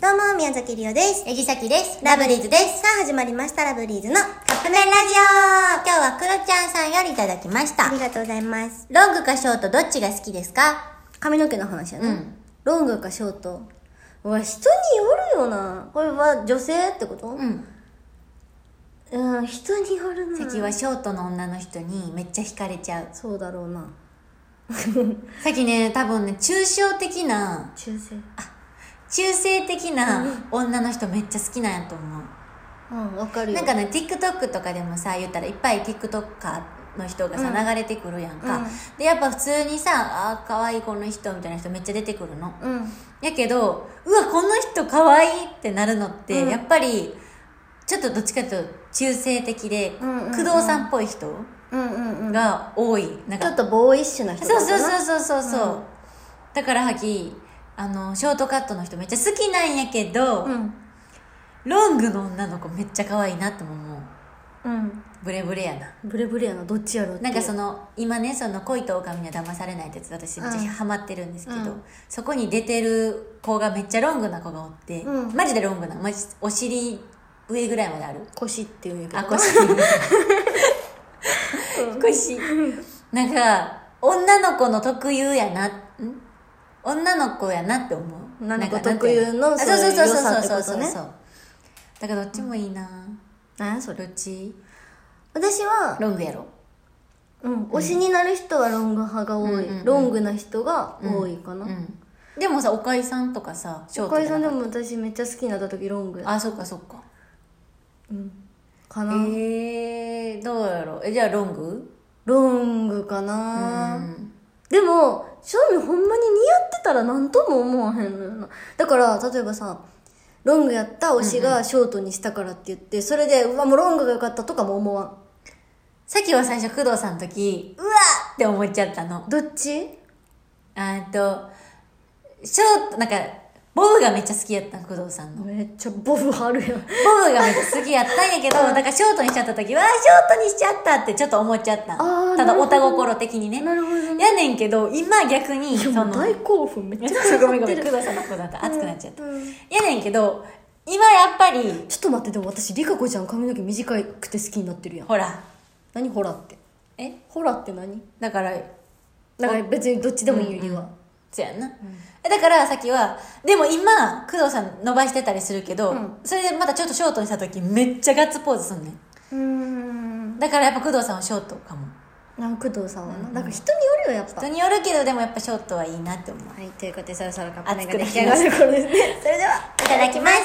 どうも、宮崎りおです。えぎさきです。ラブリーズです。さあ、始まりました、ラブリーズの。カップ麺ラジオ今日はクロちゃんさんよりいただきましあたり。がとうございます。ロングかショートどっちが好きですか髪の毛の話やな。うん。ロングかショート。うわ、人によるよな。これは女性ってことうんん、人によるな。さきはショートの女の人にめっちゃ惹かれちゃう。そうだろうな。さきね、多分ね、抽象的な、中性。中性的な女の人めっちゃ好きなんやと思う。うん、わかるよ。なんかね、TikTok とかでもさ、言ったらいっぱい TikToker の人がさ、流れてくるやんか。うんで、やっぱ普通にさ、あー、可愛いこの人みたいな人めっちゃ出てくるの。うん。やけどうわこの人可愛いってなるのって、うんやっぱりちょっとどっちかというと中性的で、うんうんうん工藤さんっぽい人うんうんうん。ちが多いなんょっかとボーイッシュな人そうそうう。そうそうそうそう、うんだからはきあのショートカットの人めっちゃ好きなんやけど、うん。ロングの女の子めっちゃ可愛いなとも思ううん。ブレブレやなブレブレやな、どっちやろうっていなうんかその今ねその恋と狼には騙されないってやつ私めっちゃうんハマってるんですけど、うんそこに出てる子がめっちゃロングな子がおって、うんマジでロングなマジお尻上ぐらいまである腰っていうんやけどあな。 腰腰なんか女の子の特有やなん女の子やなって思う女の子なんかなんていう特有のあそうそうそうそうそうそそうそいう良さってこううとねそうだからどっちもいいな、なんやそれ。どっち私は、ロングやろうん、推しになる人はロング派が多い、うんうんうんロングな人が多いかうな、んでもさおかいさんとかさショーおトかじえゃなかさっんでたも私めっちゃ好きになった時ロングやあそっかそっかかな、えー、どうやろうえじゃあロングロングかな、んでも正味ほんまに似合ってたら何とも思わへんのよなだから例えばさロングやった推しがショートにしたからって言って、それでうわもうロングが良かったとかも思わんさっきは最初工藤さんの時うわーって思っちゃったのどっちあーっとショートなんかボブがめっちゃ好きやったの工藤さんのボめっちゃボブあるやんブがめっちゃ好きやったんやけどだからショートにしちゃった時わーショートにしちゃったってちょっと思っちゃったあーたなだるほおどた心的にねなるほどねやねんけど今逆にその大興奮めっちゃごめんごめんち工ょ藤さんのことだった熱くなっちゃった、うんやねんけど今やっぱりっと待ってでも私リカ子ちゃん髪の毛短くて好きになってるやんほら何ホラってえホラって何だからだから別にどっちでもいいよりは、そやんな、だからさっきはでも今工藤さん伸ばしてたりするけど、んそれでまたちょっとショートにした時めっちゃガッツポーズすんねんうんだからやっぱ工藤さんはショートかもなんか工藤さんはな、なんか人によるよやっぱ人によるけどでもやっぱショートはいいなって思うはいということでそろそろカップ熱麺くがな出来上がるりました頃ですねそれではいただきます